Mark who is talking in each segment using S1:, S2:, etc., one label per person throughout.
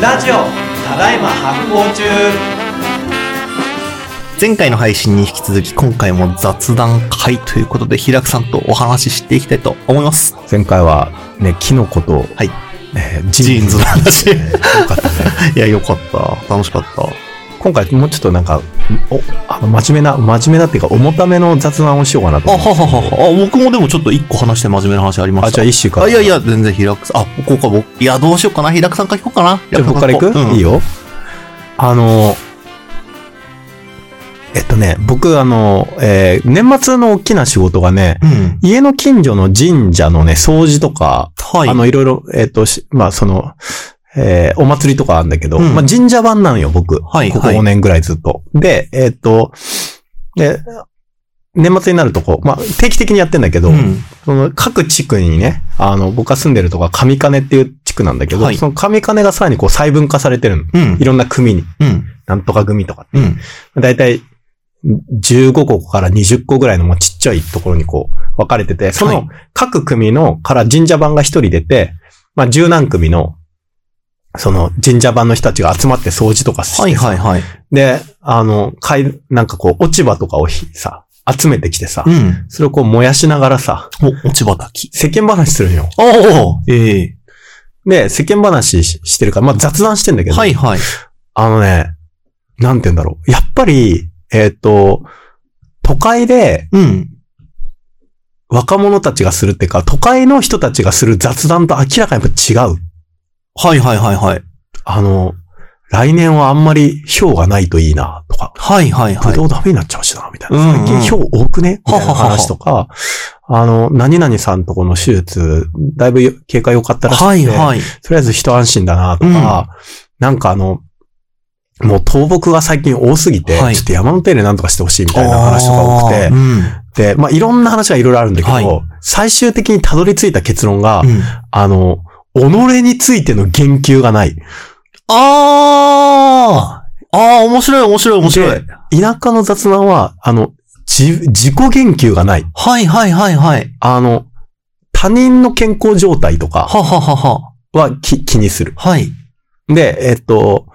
S1: ラジオただいま発行中
S2: 前回の配信に引き続き今回も雑談会ということで平久さんとお話ししていきたいと思います。
S3: 前回はね、キノコと、
S2: はい。
S3: えー
S2: ジーンズの 話。
S3: えーよかったね。
S2: いや、よかった。楽しかった。
S3: 今回もうちょっとなんか、お、あの、真面目な、真面目なっていうか、重ための雑談をしようかなと
S2: あ、は
S3: 思って。
S2: ははは。あ、僕もでもちょっと一個話して真面目な話ありま
S3: あ、
S2: し
S3: じ
S2: た。
S3: ゃあ一週間。
S2: いやいや、全然平久さん。あ、こうか、僕。いや、どうしようかな。平久さんから聞こうかな。
S3: じゃあ僕から行く、いい
S2: よ。
S3: よ。あの、えっとね、僕あの、えー年末の大きな仕事がね、
S2: うん。
S3: 家の近所の神社のね、掃除とか、
S2: はい。
S3: あの、いろいろ、えっ、と、しまあ、その、えーお祭りとかあるんだけど、
S2: うん
S3: まあ、神社版なんよ、僕。
S2: はい
S3: ここ
S2: はい
S3: 5年ぐらいずっと。で、えっ、と、で、年末になるとこう、まあ、定期的にやってんだけど、
S2: うん。
S3: その各地区にね、あの、僕が住んでるとこは上金っていう地区なんだけど、
S2: はい
S3: その上金がさらにこう細分化されてるの。
S2: うん
S3: い。ろんな組に、
S2: うん。
S3: なんとか組とか。
S2: うん。
S3: だいたい15個から20個ぐらいのもうちっちゃいところにこう分かれてて、そ
S2: はい
S3: の各組のから神社版が一人出て、まあ十何組の、その神社版の人たちが集まって掃除とかして、
S2: はいはいはい。
S3: で、あの、かい、なんかこう落ち葉とかをひさ、集めてきてさ、
S2: うん。
S3: それをこう燃やしながらさ、
S2: お、落ち葉炊き。
S3: 世間話するんよ。
S2: おおええ
S3: で、世間話ししてるから、まあ雑談してんだけど、
S2: はいはい。
S3: あのね、なんて言うんだろう。やっぱり、えっ、と、都会で、
S2: うん。
S3: 若者たちがするっていうか、都会の人たちがする雑談と明らかにやっぱ違う。
S2: はいはいはいはい。
S3: あの、来年はあんまり氷がないといいな、とか、
S2: はいはいは
S3: ぶ
S2: い。
S3: どうダメになっちゃうしな、みたいな。
S2: うんうん
S3: 最近氷多くねみたいな
S2: はははは
S3: 話とか、あの、何々さんとこの手術、だいぶよ経過良かったらし
S2: はい
S3: くて、
S2: はい。
S3: とりあえず一安心だな、とか、なんかあの、もう倒木が最近多すぎて、
S2: はい
S3: ちょっと山の手入れなんとかしてほしいみたいな話とか多くて
S2: あー、うん。
S3: で、まあ、いろんな話がいろいろあるんだけど、
S2: はい
S3: 最終的にたどり着いた結論が、
S2: うん
S3: あの、己についての言及がない。
S2: あーあー、面白い面白い面白い
S3: で。田舎の雑談は、あの、自、自己言及がない。
S2: はいはいはいはい。
S3: あの、他人の健康状態とか
S2: はははは。
S3: はき気にする。
S2: はい。
S3: で、えっと、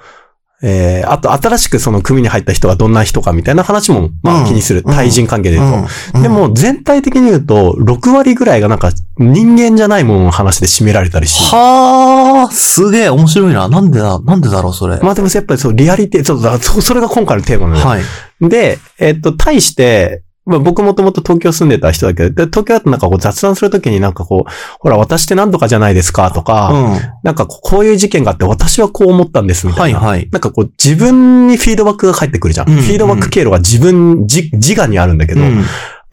S3: えー、あと新しくその組に入った人がどんな人かみたいな話も、ま
S2: うん
S3: あ気にする。
S2: うん
S3: 対人関係で言うと。
S2: うん
S3: で、も全体的に言うと、6割ぐらいがなんか人間じゃないものの話で占められたりして。
S2: はあ、すげえ面白いな。なんでだ、なんでだろう、それ。
S3: まあでもやっぱりそう、リアリティ、そうだ、そそれが今回のテーマなのよ。
S2: はい。
S3: で、えっと、対して、まあ僕もともと東京住んでた人だけど、で東京だとなんかこう雑談するときになんかこう、ほら私って何とかじゃないですかとか、
S2: う
S3: なんかこうこういう事件があって私はこう思ったんです
S2: ん。
S3: みた
S2: はいい
S3: な。
S2: はい。
S3: なんかこう自分にフィードバックが返ってくるじゃん。
S2: うん
S3: フィードバック経路が自分、自自我にあるんだけど、
S2: うん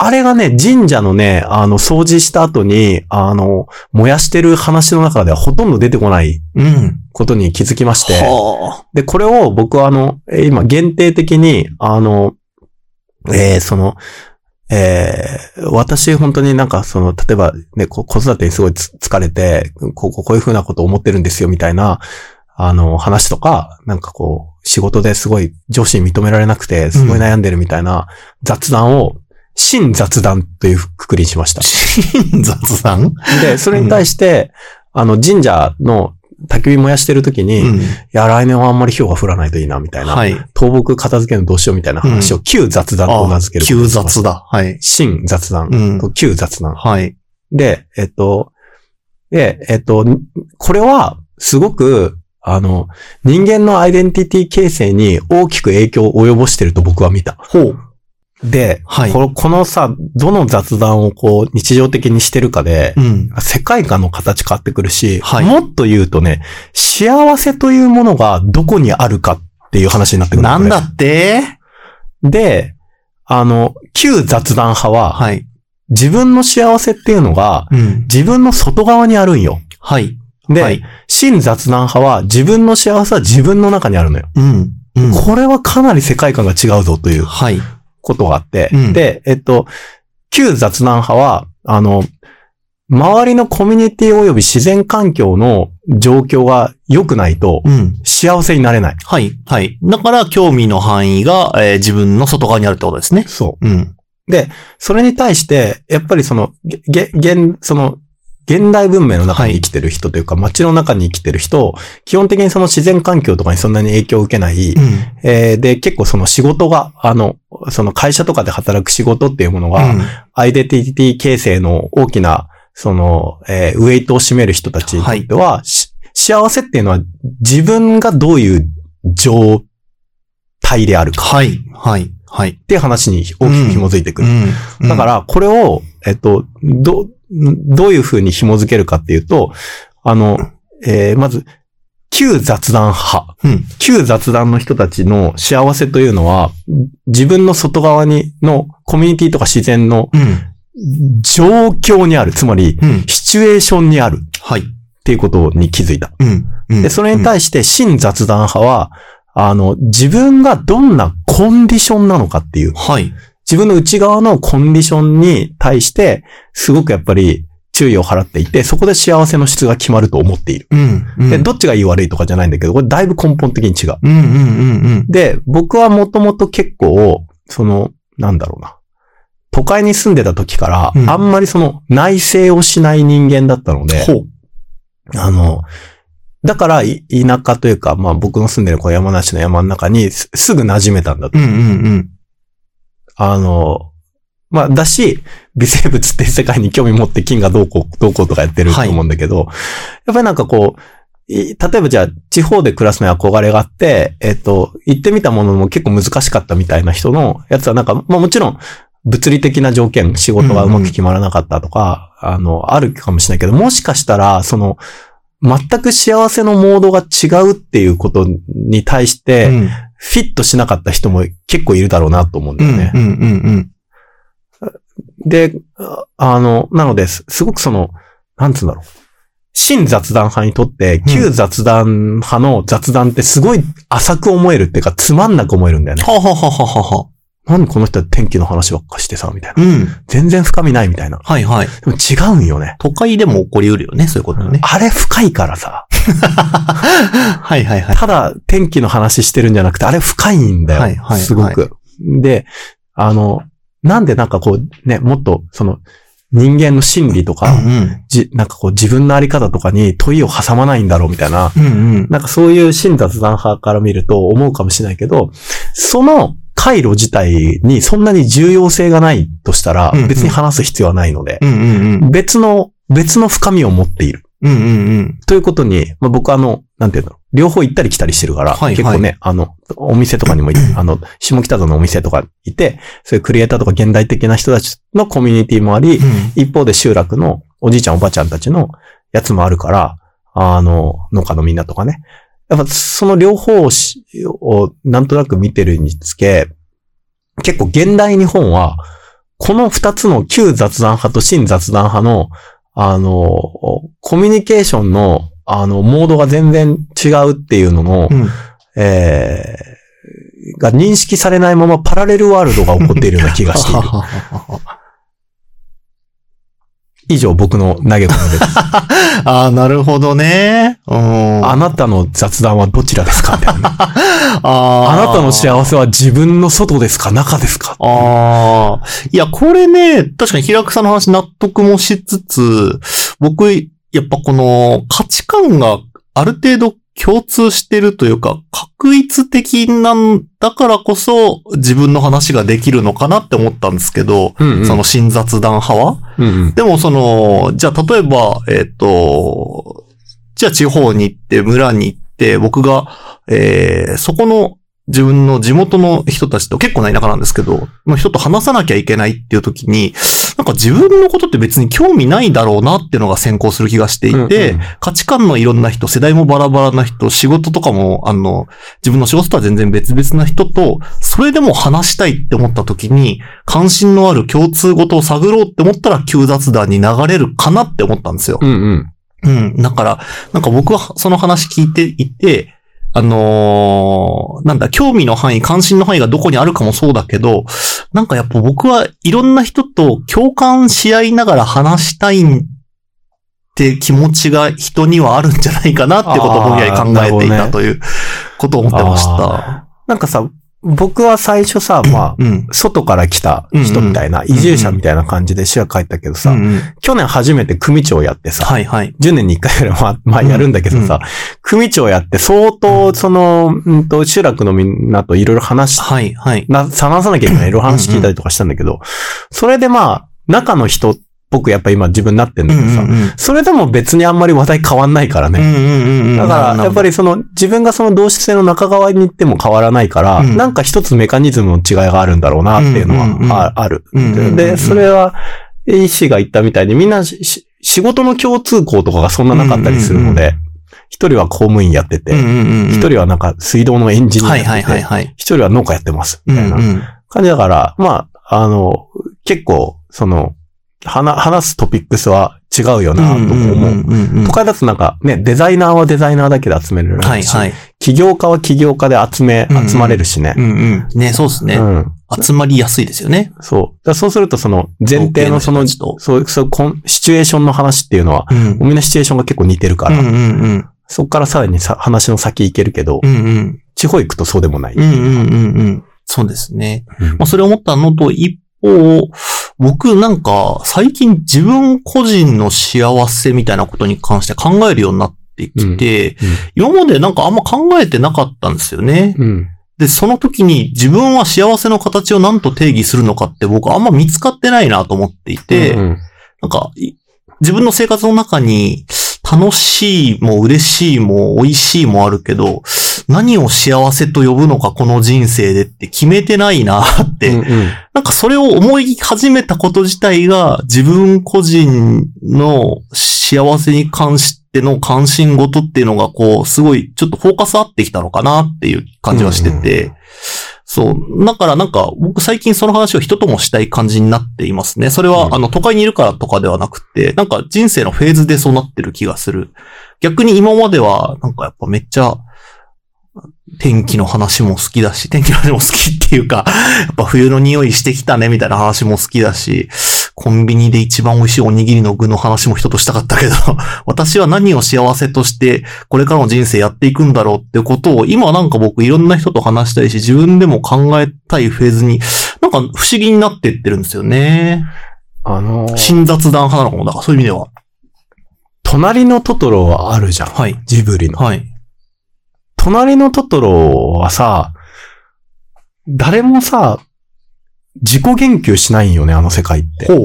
S3: あれがね、神社のね、あの、掃除した後に、あの、燃やしてる話の中ではほとんど出てこない
S2: うん。
S3: ことに気づきまして、
S2: は
S3: で、これを僕はあの、えー今限定的に、あの、えーその、えー私本当になんかその、例えばね、こ子育てにすごいつ疲れて、こうこうこういうふうなことを思ってるんですよみたいな、あの、話とか、なんかこう、仕事ですごい上司に認められなくて、すごい悩んでるみたいな雑談を、真雑談というくくりにしました
S2: あ。。新雑談
S3: で、それに対して、あの、神社の焚き火燃やしてる時に、い
S2: ん。
S3: や、来年はあんまり氷が降らないといいな、みたいな。
S2: はい。
S3: 倒木片付けのどうしようみたいな話を旧雑談と名付ける。
S2: 急雑。だ。はい。
S3: 新雑談。
S2: うん。
S3: 旧雑談。
S2: はい。
S3: で、えっと、で、えっと、これは、すごく、あの、人間のアイデンティティ形成に大きく影響を及ぼしてると僕は見た。
S2: ほう。
S3: で、
S2: はい。
S3: このこのさ、どの雑談をこう、日常的にしてるかで、
S2: うん。
S3: 世界観の形変わってくるし、
S2: はい
S3: もっと言うとね、幸せというものがどこにあるかっていう話になってくるの
S2: な
S3: これ
S2: んだって
S3: で、あの、旧雑談派は、
S2: はい。
S3: 自分の幸せっていうのが、
S2: うん。
S3: 自分の外側にあるんよ。
S2: はい。
S3: で、
S2: はい。
S3: 真雑談派は、自分の幸せは自分の中にあるのよ。
S2: うん。うん。
S3: これはかなり世界観が違うぞという
S2: はい。
S3: ことがあって、
S2: うん
S3: で、えっと、旧雑談派は、あの、周りのコミュニティ及び自然環境の状況が良くないと
S2: うん。
S3: 幸せになれない。
S2: はい、はい。だから、興味の範囲が、えー自分の外側にあるってことですね。
S3: そう。
S2: うん。
S3: それに対して、やっぱりその、げ、げ、現、その、現代文明の中に生きてる人というか、街の中に生きてる人、基本的にその自然環境とかにそんなに影響を受けない、
S2: うん。
S3: えーで、結構その仕事が、あの、その会社とかで働く仕事っていうものが、
S2: うん
S3: アイデンティティ形成の大きな、その、えーウェイトを占める人たちにとっては、し幸せっていうのは自分がどういう状態であるか
S2: はい、はい、はい。
S3: っていう話に大きく紐づいてくる。
S2: うん
S3: だか、ら、これを、えっと、ど、どういうふうに紐づけるかっていうと、あの、えーまず、旧雑談派。
S2: うん
S3: 旧雑談の人たちの幸せというのは、自分の外側に、のコミュニティとか自然の
S2: うん、
S3: 状況にある。つまり、
S2: うん、
S3: シチュエーションにあるっ
S2: はい。
S3: ていうことに気づいた。
S2: うん、うん。
S3: で、それに対して、新雑談派は、あの、自分がどんなコンディションなのかっていう
S2: うん、はい。
S3: 自分の内側のコンディションに対して、すごくやっぱり注意を払っていて、そこで幸せの質が決まると思っている。
S2: うん、うん。
S3: で、どっちがいい悪いとかじゃないんだけど、これだいぶ根本的に違う。
S2: うん、うん、うん、うん。
S3: で、僕はもともと結構、その、なんだろうな。都会に住んでた時から、
S2: うん
S3: あんまりその内省をしない人間だったので、
S2: ほ
S3: あの、だからい、田舎というか、まあ僕の住んでるこう山梨の山の中にすすぐ馴染めたんだ
S2: う。うん、うん、うん。
S3: あの、まあ、だし、微生物っていう世界に興味持って菌がどうこう、どうこうとかやってると
S2: はい
S3: 思うんだけど、やっぱりなんかこう、い例えばじゃあ、地方で暮らすのに憧れがあって、えっと、行ってみたものも結構難しかったみたいな人のやつはなんか、まあもちろん、物理的な条件、仕事がうまく決まらなかったとか、あの、あるかもしれないけど、もしかしたら、その、全く幸せのモードが違うっていうことに対し
S2: う
S3: て、
S2: ん、
S3: フィットしなかった人も結構いるだろうなと思うんだ
S2: う
S3: よね。
S2: ん、うん、うん、うん。
S3: で、ああの、なのです、すごくその、なんつうんだろう。新雑談派にとって、旧雑談派の雑談ってすごい浅く思えるっていうか、つまんなく思えるんだよね。
S2: はははははは。
S3: なんでこの人は天気の話ばっかしてさ、みたいな。
S2: うん。
S3: 全然深みないみたいな。
S2: はい、はい。
S3: でも違うんよね。
S2: 都会でも起こりうるよね、そういうことね。
S3: あれ深いからさ、
S2: はい、はい、はい。
S3: ただ天気の話してるんじゃなくて、あれ深いんだよ。
S2: はいはい
S3: すごく、で、あの、なんでなんかこう、ね、もっと、その、人間の心理とか、
S2: うん、
S3: じ、なんかこう自分のあり方とかに問いを挟まないんだろうみたいな、
S2: うん。うん、うん。
S3: なんかそういう新雑談派から見ると思うかもしれないけど、その回路自体にそんなに重要性がないとしたら
S2: うんうん、
S3: 別に話す必要はないので、
S2: うん、うん、
S3: 別の、別の深みを持っている。
S2: うん。うん、うん、うん。
S3: ということに、まあ、僕はあの、なんていうんだろう。両方行ったり来たりしてるから、
S2: はい
S3: 結構ね、あの、お店とかにもい、あの、下北沢のお店とかいて、そういうクリエイターとか現代的な人たちのコミュニティもあり、一方で集落のおじいちゃんおばあちゃんたちのやつもあるから、あの、農家のみんなとかね。やっぱその両方をしをなんとなく見てるにつけ、結構現代日本は、この二つの旧雑談派と新雑談派の、あの、コミュニケーションの、あの、モードが全然違うっていうのの、
S2: うん。
S3: えーが認識されないままパラレルワールドが起こっているような気がして いる。以上僕の投げ込みです。
S2: ああ、なるほどね。うん。
S3: あなたの雑談はどちらですかみたいな。あ
S2: あー
S3: なたの幸せは自分の外ですか中ですか
S2: ああ。いや、これね、確かに平久さんの話納得もしつつ、僕、やっぱこの価値観がある程度共通してるというか、確一的なんだからこそ自分の話ができるのかなって思ったんですけど、
S3: うんうん
S2: その新雑談派は
S3: うんうん。
S2: でもその、じゃあ例えば、えっ、と、じゃあ地方に行って、村に行って、僕が、えー、そこの自分の地元の人たちと結構な田舎なんですけど、の人と話さなきゃいけないっていう時に、なんか自分のことって別に興味ないだろうなっていうのが先行する気がしていて、
S3: うんうん
S2: 価値観のいろんな人、世代もバラバラな人、仕事とかも、あの、自分の仕事とは全然別々な人と、それでも話したいって思った時に、関心のある共通事を探ろうって思ったら、旧雑談に流れるかなって思ったんですよ。
S3: うんうん。
S2: うん。だから、なんか僕はその話聞いていて、あのーなんだ、興味の範囲、関心の範囲がどこにあるかもそうだけど、なんかやっぱ僕はいろんな人と共感し合いながら話したいって気持ちが人にはあるんじゃないかなってことをぼんやり考えてい
S3: あーなるほど
S2: た
S3: ね
S2: ということを思ってました。
S3: なんかさ、僕は最初さ、まあ、
S2: うん。
S3: 外から来た人みたいな、移住者みたいな感じで市は帰ったけどさ、
S2: うんうん
S3: 去年初めて組長やってさ、
S2: はいはい。
S3: 10年に1回ぐらい、まあ、まあ、やるんだけどさ、組長やって相当、その、うんと、集落のみんなといろいろ話し、
S2: はいはい。
S3: な、探さなきゃいけない、いろいろ話聞いたりとかしたんだけど、それでまあ、中の人っぽくやっぱ今自分になってんだけどさ、それでも別にあんまり話題変わんないからね。だから、やっぱ
S2: り、
S3: りその、自分がその同質性の中側に行っても変わらないから、
S2: うん
S3: なんか一つメカニズムの違いがあるんだろうな、っていうのは、
S2: うんうんうん
S3: あある。
S2: うんうんうん
S3: で、それは、医師が言ったみたいにみんなしし仕事の共通項とかがそんななかったりするの
S2: うんうん
S3: で、一、人は公務員やっ
S2: う
S3: て
S2: ん
S3: て、
S2: うんうんうん
S3: 一、人はなんか水道のエンジニア
S2: は
S3: や
S2: い
S3: ってて、
S2: は
S3: 一
S2: い、はいはい。
S3: 人は農家やってます、
S2: う
S3: み
S2: ん
S3: たいな
S2: うん
S3: 感じだから、まあ、あの、結構、その、話、話すトピックスは違うよな、と思う。
S2: うん
S3: 都会だとなんかね、デザイナーはデザイナーだけで集めるし、
S2: はいはい。
S3: 起業家は起業家で集め
S2: うんう、ん
S3: 集まれるしね
S2: う。んうん。ね、そうです
S3: う
S2: ね。
S3: ん。
S2: 集まりやすいですよね。
S3: そう。だからそうするとその前提のそ
S2: 同系の人た
S3: の、
S2: ちと
S3: そう、そう、こんシチュエーションの話っていうのは、
S2: うん
S3: みんなシチュエーションが結構似てるから、
S2: うんうんうん。
S3: そっからさらにさ話の先行けるけど、
S2: うんうん。
S3: 地方行くとそうでもない。
S2: うんうんうんうん。そうですね。
S3: うん
S2: まあ、それを思ったのと、一方、僕なんか、最近自分個人の幸せみたいなことに関して考えるようになってきて、
S3: うんうん
S2: 今までなんかあんま考えてなかったんですよね。
S3: うん。
S2: で、その時に自分は幸せの形を何と定義するのかって僕あんま見つかってないなと思っていて、
S3: うん
S2: なんか、い自分の生活の中に、楽しいも嬉しいも美味しいもあるけど、何を幸せと呼ぶのかこの人生でって決めてないなって、
S3: うんうん
S2: なんかそれを思い始めたこと自体が自分個人の幸せに関しての関心事っていうのがこう、すごいちょっとフォーカス合ってきたのかなっていう感じはしてて、そう。だからなんか僕最近その話を人ともしたい感じになっていますね。それは、
S3: うん
S2: あの都会にいるからとかではなくて、なんか人生のフェーズでそうなってる気がする。逆に今まではなんかやっぱめっちゃ天気の話も好きだし、天気の話も好きっていうか、やっぱ冬の匂いしてきたねみたいな話も好きだし、コンビニで一番美味しいおにぎりの具の話も人としたかったけど、 私は何を幸せとしてこれからの人生やっていくんだろうってことを、今なんか僕いろんな人と話したいし、自分でも考えたいフェーズに、なんか不思議になってってるんですよね。
S3: あのー
S2: 新雑談派なのかも、だからそういう意味では。
S3: 隣のトトロはあるじゃん。
S2: はい。
S3: ジブリの。
S2: はい。
S3: 隣のトトロはさ、誰もさ、自己言及しないんよね、あの世界って。
S2: ほう。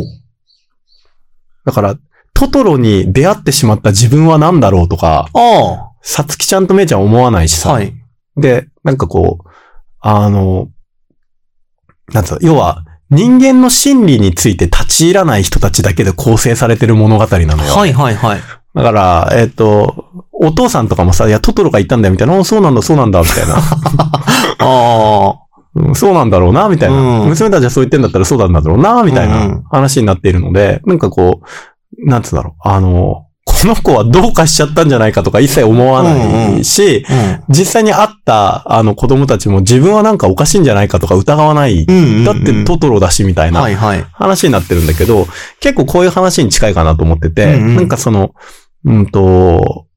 S3: だから、トトロに出会ってしまった自分は何だろうとか、
S2: あ
S3: さつきちゃんとめいちゃん思わないし
S2: あ。
S3: さ。
S2: はい。
S3: で、なんかこう、あの、なんつうの、要は、人間の心理について立ち入らない人たちだけで構成されてる物語なのよ。
S2: はいはいはい。
S3: だから、えっ、と、お父さんとかもさ、いや、トトロが言ったんだよ、みたいな、おそうなんだ、そうなんだ、みた いな。
S2: あ
S3: うんそうなんだろうな、みたいな。
S2: うん
S3: 娘たちはそう言ってんだったらそうなんだろうな、みたい
S2: うんう
S3: なん話になっているので、なんかこう、なんつうんだろう、あの、この子はどうかしちゃったんじゃないかとか一切思わないし、
S2: あ。
S3: 実際に会った、あの子供たちも自分はなんかおかしいんじゃないかとか疑わない。
S2: うん。うん。
S3: だってトトロだしみたい
S2: は
S3: ない
S2: はい。
S3: 話になってるんだけど、結構こういう話に近いかなと思ってて、
S2: うんうん
S3: なんかその、うんと、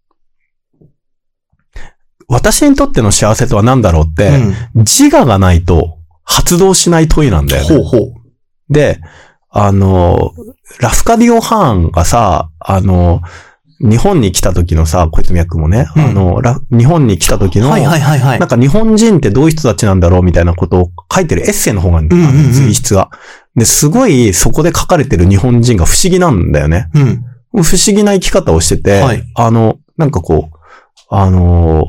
S3: 私にとっての幸せとは何だろうって、
S2: うん
S3: 自我がないと発動しない問いなんだよね。
S2: ほうほう。
S3: で、あの、ラスカディオ・ハーンがさ、あの、日本に来た時のさ、こいつの役もね、
S2: うん
S3: あの、ラ日本に来た時の、
S2: はいはいはいはい。
S3: なんか日本人ってどういう人たちなんだろうみたいなことを書いてるエッセイの方があるんだよ、
S2: うんうんうん
S3: 随筆が。で、すごいそこで書かれてる日本人が不思議なんだよね。
S2: うん。
S3: 不思議な生き方をしてて、
S2: はい
S3: あの、なんかこう、あの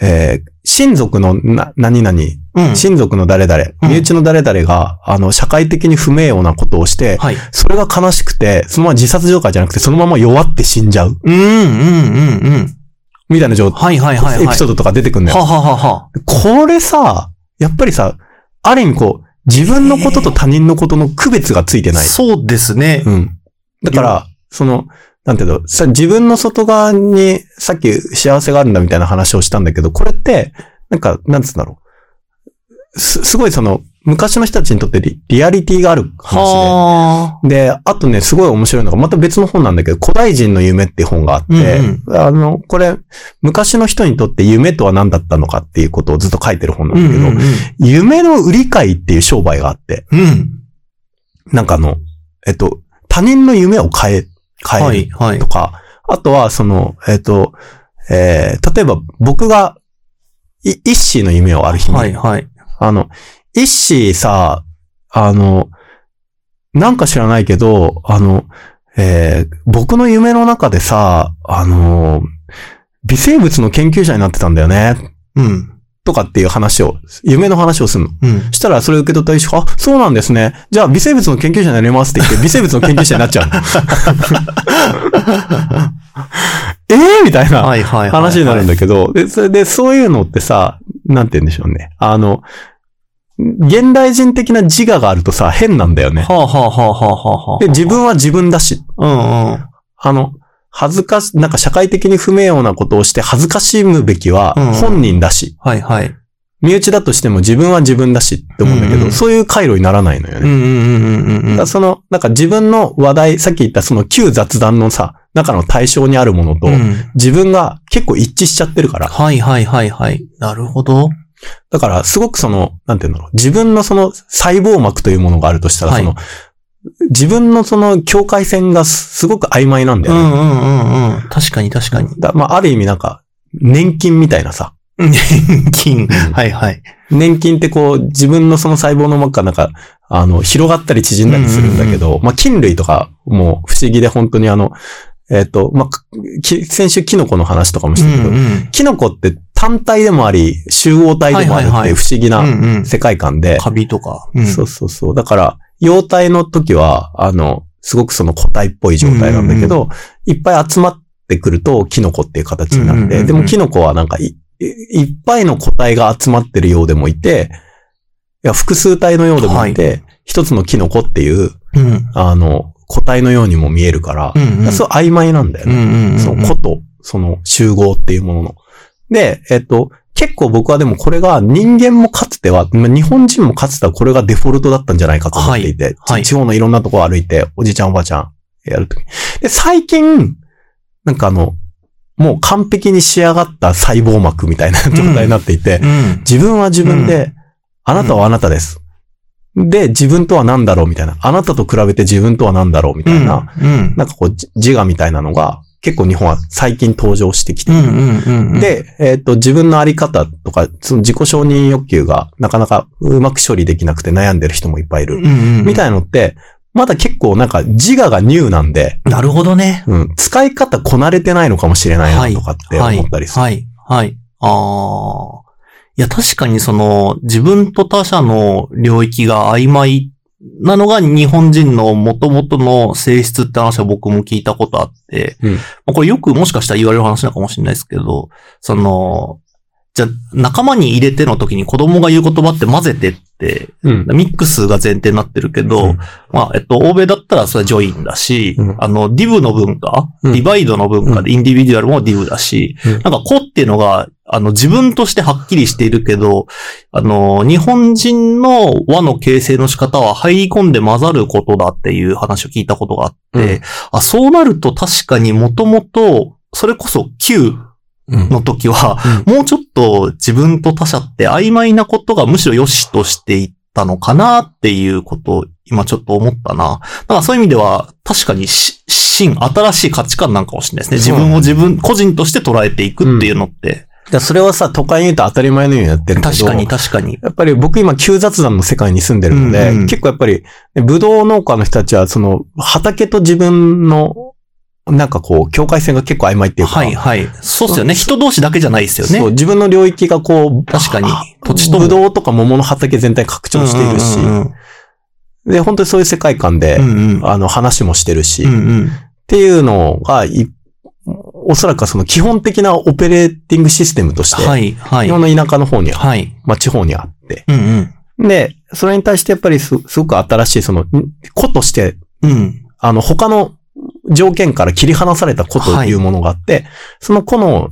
S3: ー、えー親族のな、何々、
S2: うん。
S3: 親族の誰々、
S2: うん
S3: 身内の誰々が、あの、社会的に不名誉なことをして、
S2: はい。
S3: それが悲しくて、そのまま自殺状態じゃなくて、そのまま弱って死んじゃう、
S2: うんうんうんうん。
S3: みたいな状態、
S2: はいはいはいはい。
S3: エピソードとか出てくるんだよ
S2: は。ははは。
S3: これさ、やっぱりさ、ある意味こう、自分のことと他人のことの区別がついてない。
S2: そうですね。
S3: うん。だから、その、なんていうの、さ、自分の外側に、さっき幸せがあるんだみたいな話をしたんだけど、これって、なんか、なんつうんだろう。す、すごいその、昔の人たちにとってリリアリティがある話
S2: は
S3: で。で、あとね、すごい面白いのが、また別の本なんだけど、古代人の夢っていう本があって、
S2: うん
S3: あの、これ、昔の人にとって夢とは何だったのかっていうことをずっと書いてる本なんだけど、
S2: うんうん
S3: 夢の売り買いっていう商売があって、
S2: うん。うん。
S3: なんかあの、えっと、他人の夢を変え、変
S2: は
S3: え
S2: い、はい
S3: ると。か、あとは、その、えっと、えー例えば僕が、いイッシーの夢をある日に、
S2: はい、はい。
S3: あの、イッシーさ、あの、なんか知らないけど、あの、えー僕の夢の中でさ、あの、微生物の研究者になってたんだよね、
S2: うん。
S3: とかっていう話を、夢の話をするの。
S2: うん。
S3: したらそれを受け取った医師が、あ、そうなんですね。じゃあ微生物の研究者になりますって言って、微生物の研究者になっちゃうの。えーみたいな
S2: はい、はい。
S3: 話になるん
S2: だ
S3: だけど、で、それで、そういうのってさ、なんて言うんでしょうね。あの、現代人的な自我があるとさ、変なんだよね。
S2: はあ、はあ、はあ、はあ、はあはあ。
S3: で、自分は自分だし、
S2: うん、うん。
S3: あの、恥ずかし、なんか社会的に不名誉なことをして恥ずかしむべきは
S2: うん
S3: 本人だし、
S2: はい、はい。
S3: 身内だとしても自分は自分だしって思うんだけど、
S2: うんうん
S3: そういう回路にならないのよ
S2: うん、
S3: ね。
S2: うん、うん、うんうん
S3: だか。らその、なんか自分の話題、さっき言ったその旧雑談のさ、中の対象にあるものと、
S2: うん
S3: 自分が結構一致しちゃってるから、
S2: はい、はい、はい、はい。なるほど。
S3: だからすごくその、なんていうんだろう、自分のその細胞膜というものがあるとしたら、
S2: はい
S3: その、自分のその境界線がすすごく曖昧なんだ
S2: う
S3: よね。
S2: ん、うん、うん、うん。確かに、確かに。
S3: だまあ、ある意味なんか、年金みたいなさ、
S2: 年金。はい、はい。
S3: 年金ってこう、自分のその細胞の膜がなんか、あの、広がったり縮んだりするんだけど、まあ、菌類とかも不思議で本当にあの、えっ、と、まあき、先週キノコの話とかもしたけど、
S2: ん。
S3: キノコって単体でもあり、集合体でも
S2: は
S3: ある
S2: いは
S3: って
S2: い
S3: い
S2: は
S3: う
S2: い
S3: 不思議な
S2: うん、うん。
S3: 世界観で、
S2: カビとか。うん
S3: そうそうそう。だから、幼体の時は、あの、すごくその個体っぽい状態なんだけど、いっぱい集まってくると、キノコっていう形になって、
S2: うんうんうんうん
S3: でもキノコはなんかい、いいっぱいの個体が集まってるようでもいて、いや、複数体のようでもいて、一つのキノコっていう、
S2: うん。
S3: あの、個体のようにも見えるから、
S2: うん。うん。
S3: そう曖昧なんだよ
S2: う
S3: ね。
S2: ん、うんうん。
S3: その個と、その集合っていうものの。で、えっと、結構僕はでもこれが人間もかつては、まあ日本人もかつてはこれがデフォルトだったんじゃないかと思っていて、
S2: はい
S3: 地方のいろんなところ歩いて、おじいちゃんおばあちゃんやるとき。で、最近、なんかあの、もう完璧に仕上がった細胞膜みたいな状態になっていて、
S2: うん。
S3: 自分は自分で、あなたはあなたです。で、自分とは何だろうみたいな。あなたと比べて自分とは何だろうみたいな。
S2: うん。
S3: なんかこう、じ自我みたいなのが、結構日本は最近登場してきて
S2: う
S3: いる。
S2: んうんうん。、
S3: で、えっ、と、自分のあり方とか、その自己承認欲求がなかなかうまく処理できなくて悩んでる人もいっぱいいる。
S2: うんうん、
S3: みたいのって、まだ結構なんか自我がニューなんで、
S2: なるほどね。
S3: うん、使い方こなれてないのかもしれない
S2: はい
S3: なとかって思ったりする。
S2: はい、はい。ああ。いや、確かにその、自分と他者の領域が曖昧なのが日本人の元々の性質って話は僕も聞いたことあって、
S3: うん
S2: まあこれよくもしかしたら言われる話なのかもしれないですけど、その、じゃあ、仲間に入れての時に子供が言う言葉って混ぜてって、
S3: うん
S2: ミックスが前提になってるけど、
S3: うん
S2: まあ、えっと、欧米だったらそれはジョインだし、
S3: うん
S2: あの、ディブの文化、
S3: うん
S2: ディバイドの文化で、インディビデュアルもディブだし、
S3: うん
S2: なんか個っていうのが、あの、自分としてはっきりしているけど、あの、日本人の和の形成の仕方は入り込んで混ざることだっていう話を聞いたことがあって、
S3: うん
S2: あ、そうなると確かにもともと、それこそ Q
S3: うん
S2: の時は、もうちょっと自分と他者って曖昧なことがむしろ良しとしていったのかなっていうことを今ちょっと思ったな。だからそういう意味では確かにし新、新しい価値観なんかもしれないです
S3: そ
S2: ね。自分
S3: うなんだ
S2: を自分、個人として捉えていくっていうのって。
S3: だからそれはさ、都会に言うと当たり前のようにやってるけど。
S2: 確かに確かに。
S3: やっぱり僕今、旧雑談の世界に住んでるので、
S2: うんうん
S3: 結構やっぱり、ブドウ農家の人たちは、その、畑と自分の、なんかこう、境界線が結構曖昧っていうか、
S2: はいはい。そうっすよね。人同士だけじゃないですよ
S3: そう
S2: ね。
S3: 自分の領域がこう、
S2: 確かに
S3: あ
S2: 土地とも
S3: ブドウとか桃の畑全体拡張しているし、
S2: うんうん
S3: で、本当にそういう世界観で、
S2: うん。
S3: あの、話もしてるし、
S2: うんうん
S3: っ
S2: うん
S3: ていうのがい、おそらくはその基本的なオペレーティングシステムとして、
S2: はいはい
S3: 日。本の田舎の方には、
S2: はい。
S3: まあ、地方にあって、
S2: うんうん。
S3: で、それに対してやっぱりすすごく新しい、その、ん個として、
S2: うん。
S3: あの、他の条件から切り離された個というものがあって、その個の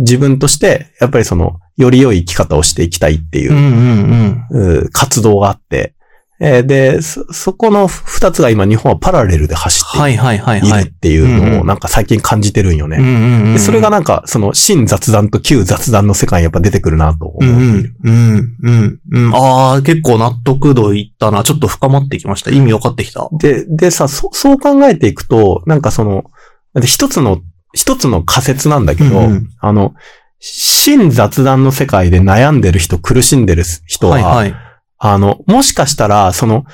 S3: 自分として、やっぱりその、より良い生き方をしていきたいっていう
S2: うんうん
S3: うー活動があって、えーで、そ、そこの二つが今日本はパラレルで走っ
S2: はいはいはい
S3: てい
S2: は
S3: るっ
S2: い。
S3: ていう
S2: うん
S3: の
S2: う
S3: を
S2: ん
S3: なんか最近感じてるんよね。
S2: うんうんうん。
S3: でそれが、なんか、その、新雑談と旧雑談の世界にやっぱ出てくるなと
S2: う
S3: 思
S2: ん
S3: う。
S2: うん、うん、うん、うん。ああ、結構納得度いったな。ちょっと深まってきました。意味分かってきた。
S3: で、でさ、そそう考えていくと、なんかその、だって一つの、一つの仮説なんだけど、
S2: うんうん
S3: あの、新雑談の世界で悩んでる人、苦しんでる人は、
S2: はいはい。
S3: あの、もしかしたら、その、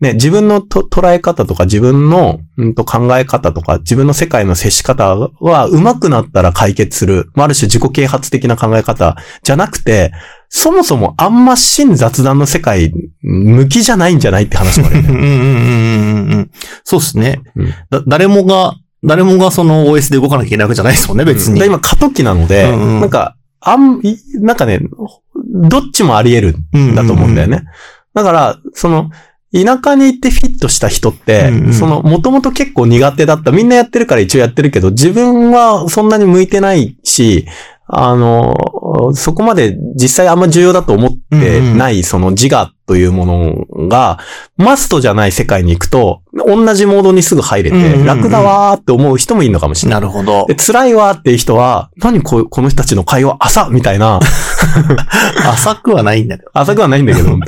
S3: ね、自分のと捉え方とか自分の、うん、と考え方とか自分の世界の接し方は上手くなったら解決する。まあある種自己啓発的な考え方じゃなくて、そもそもあんま真雑談の世界向きじゃないんじゃないって話も あるよ
S2: う
S3: ね。
S2: んうんうんうんうんうん。そうですね。
S3: うん
S2: だ、誰もが、誰もがその OS で動かなきゃいけないわけじゃないですもんね、別に。
S3: で今過渡期なので、
S2: うんうん
S3: なんか、あん、いなんかね、どっちもあり得る
S2: うん
S3: だと思うんだよ。ね。だから、その、田舎に行ってフィットした人って、
S2: うんうん
S3: その、もともと結構苦手だった。みんなやってるから一応やってるけど、自分はそんなに向いてないし、あの、そこまで実際あんま重要だと思ってない、その自我というものが、マストじゃない世界に行くと、同じモードにすぐ入れて、
S2: うんうんうん
S3: 楽だわーって思う人もいるのかもしれない。
S2: なるほど
S3: で。辛いわーっていう人は、何ここの人たちの会話朝みた いな、
S2: 浅くはないんだけど。
S3: 浅くはないんだけど、み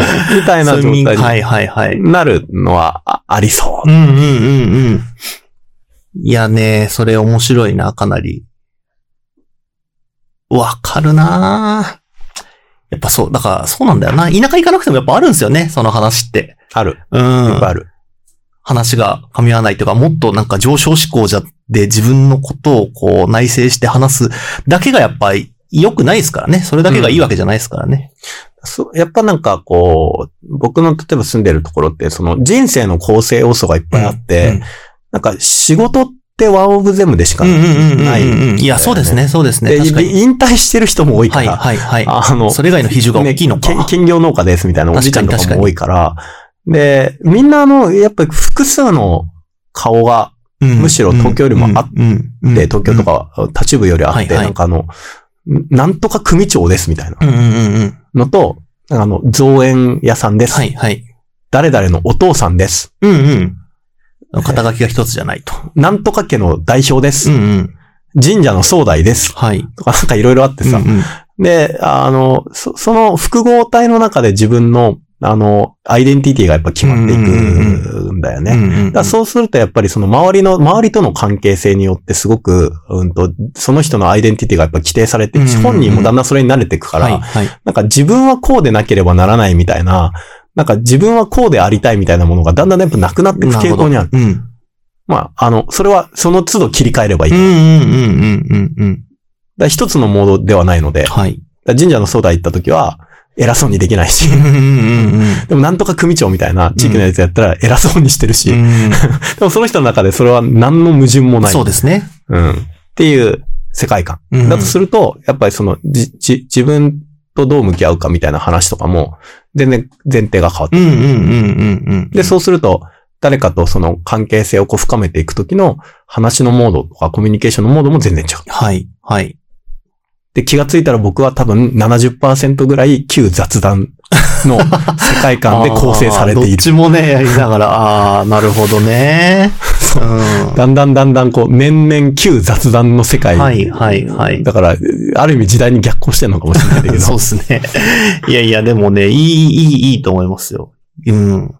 S3: たいな状
S2: 村民
S3: 態に
S2: はいはいはい。
S3: なるのはあありそう
S2: う。んうんうんうん。いやね、それ面白いな、かなり。わかるなやっぱそう、だからそうなんだよな。田舎行かなくてもやっぱあるんですよね、その話って。
S3: ある。
S2: う
S3: いっ
S2: ん
S3: ぱい。ある。
S2: 話が噛み合わないというか、もっとなんか上昇志向じゃ、で自分のことをこう内省して話すだけがやっぱり良くないですからね。それだけがいいわけじゃないですからね。
S3: そうやっぱなんかこう、僕の例えば住んでるところって、その人生の構成要素がいっぱいあって、
S2: うん
S3: なんか仕事ってワンオブゼムでしか
S2: うんうんうんうん
S3: ない。
S2: うんいや、そうですね、そうですね。
S3: で、
S2: 確かに。
S3: 引退してる人も多いか
S2: はい
S3: ら、
S2: はいはい。
S3: あの、
S2: それ以外の比重が大きいのか。
S3: ねけ兼業農家ですみたいなおじちゃんと
S2: 確
S3: か
S2: かに
S3: も多いから、で、みんなあの、やっぱり複数の顔が、む
S2: む、
S3: しろ東京よりもあってで、東京とかは立ち部よりあって、
S2: はいはい
S3: なんかあの、なんとか組長ですみたいな
S2: うんうんうんうん。
S3: のと、あの、造園屋さんです。
S2: はいはい。
S3: 誰々のお父さんです。
S2: うんうん。肩書きが一つじゃないと。
S3: なんとか家の代表です。
S2: うんうん。
S3: 神社の総代です。
S2: はい。
S3: とかなんかいろいろあってさ。
S2: うんうん
S3: で、あの、そその複合体の中で自分の、あの、アイデンティティがやっぱ決まっていくんだよね。
S2: うんうんうん
S3: だからそうするとやっぱりその周りの、周りとの関係性によってすごく、うんと、その人のアイデンティティがやっぱ規定されていく
S2: う
S3: し、
S2: んうんうん
S3: 本人もだんだんそれに慣れていくから、
S2: はいはい。
S3: なんか自分はこうでなければならないみたいな、なんか自分はこうでありたいみたいなものがだんだんやっぱなくなっていく傾向にある。
S2: うん。
S3: まあ、あの、それはその都度切り替えればいい。
S2: うんう
S3: だか
S2: んうんうんうんうん。
S3: ら一つのモードではないので、だか
S2: はい。
S3: ら神社の相談行った時は、偉そうにできないし
S2: う、んうんうんうん
S3: でも なんとか組長みたいな地域のやつやったら偉そうにしてるし、でもその人の中でそれは何の矛盾も
S2: うん。
S3: ない。
S2: そうですね。
S3: うん。っていう世界観。
S2: うん
S3: だとすると、やっぱりその、じ、じ、自分とどう向き合うかみたいな話とかも、全然前提が変わってく
S2: う
S3: る
S2: んうんうんうんうん。
S3: で、そうすると、誰かとその関係性をこう深めていくときの話のモードとかコミュニケーションのモードも全然違う。
S2: はいはい。
S3: で、気がついたら僕は多分70%ぐらい旧雑談 の世界観で構成されて
S2: あーどっ
S3: いる。
S2: ちもね、やりながら、ああー、なるほどね。 うん
S3: だんだんだんだんこう、年々旧雑談の世界。
S2: はいはいはい
S3: だから、ある意味時代に逆行してるのかもしれないんだけど。
S2: そうですね。いやいや、でもね、いい、いい、いいと思いますよ。うん。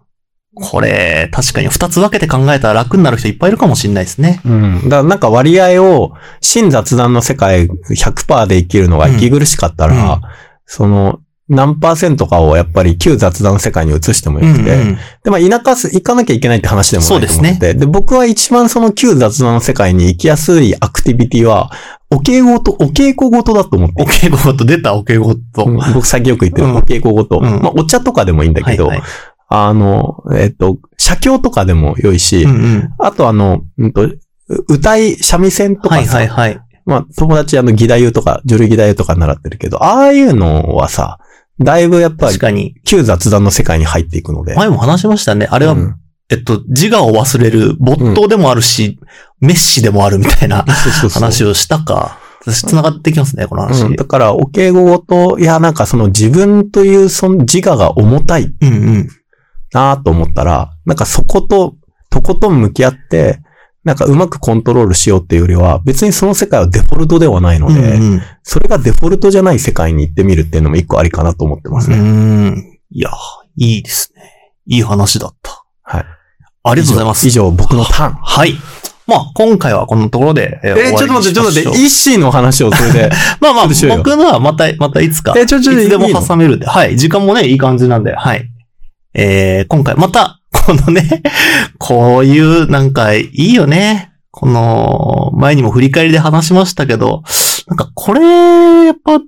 S2: これ、確かに二つ分けて考えたら楽になる人いっぱいいるかもしれないですね。
S3: うん。だからなんか割合を、新雑談の世界100%で生きるのが息苦しかったら、
S2: うん
S3: その、何パーセントかをやっぱり旧雑談の世界に移してもよくて、で、まあ、田舎す、行かなきゃいけないって話でもないと思って
S2: そうです
S3: で、僕は一番その旧雑談の世界に行きやすいアクティビティは、お稽古と、お稽古ごとだと思っ
S2: お
S3: ている。
S2: 稽古と出たお稽古と。
S3: うん僕最近よく言ってる、
S2: うん
S3: お稽古ご
S2: う
S3: と。
S2: ん
S3: まあ、お茶とかでもいいんだけど、
S2: はいはい
S3: あの、えっと、写経とかでも良いし、
S2: うんうん
S3: あとあの、うんと、う歌い、三味線とかさ、
S2: はいはいはい。
S3: まあ、友達、あの、義太夫とか、ジュル義太夫とか習ってるけど、ああいうのはさ、だいぶやっぱり
S2: 確、かに。
S3: 旧雑談の世界に入っていくので。
S2: 前も話しましたね。あれは、
S3: うん
S2: えっと、自我を忘れる、没頭でもあるし、メッシでもあるみたいな
S3: そうそうそう
S2: 話をしたか。私繋がってきますね、この話。う
S3: うん、
S2: ん
S3: だから、お敬語ごと、いや、なんかその自分というその自我が重たい
S2: うん。
S3: なと思ったら、なんかそこと、とことん向き合って、なんかうまくコントロールしようっていうよりは、別にその世界はデフォルトではないの
S2: うん
S3: で、
S2: うん。
S3: それがデフォルトじゃない世界に行ってみるっていうのも一個ありかなと思ってますね。
S2: うん。いや、いいですね。いい話だった。
S3: はい。
S2: ありがとうございます。
S3: 以上、以上僕のターン。
S2: はい。まあ、今回はこのところで、えー
S3: えー、ちょっと待って、ちょっと待って、イッシーの話をそれで。
S2: まあまあ、
S3: しようよ
S2: 僕のはまた、またいつか、
S3: え
S2: い
S3: ー、ちょ、ちょ、
S2: つでも
S3: いいの
S2: 挟めるんで、はい。時間もね、いい感じなんで、はい。えー、今回また、 このね、こういう、なんか、いいよね。この、前にも振り返りで話しましたけど、なんか、これ、やっぱ、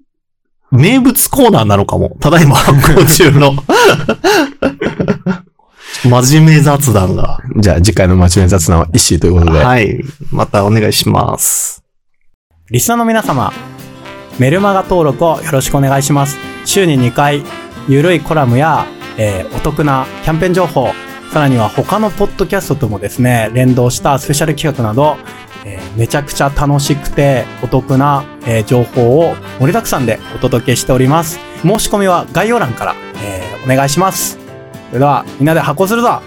S2: 名物コーナーなのかも。ただい ま発行中の。 真面目雑談が。
S3: じゃあ、次回の真面目雑談はイッシーということで。
S2: はい。またお願いします。
S3: リスナーの皆様、メルマガ登録をよろしくお願いします。週に2回、ゆるいコラムや、えーお得なキャンペーン情報、さらには他のポッドキャストともですね、連動したスペシャル企画など、えーめちゃくちゃ楽しくてお得な、えー情報を盛りだくさんでお届けしております。申し込みは概要欄から、えーお願いします。それでは、みんなで発行するぞ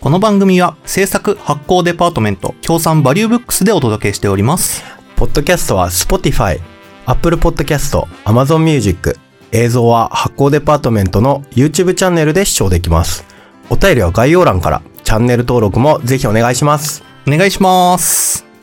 S2: この番組は制作発行デパートメント協賛バリューブックスでお届けしております。
S3: ポッドキャストは Spotify、Apple Podcast、Amazon Music、映像は発行デパートメントの YouTube チャンネルで視聴できます。お便りは概要欄から、チャンネル登録もぜひお願いします。
S2: お願いします。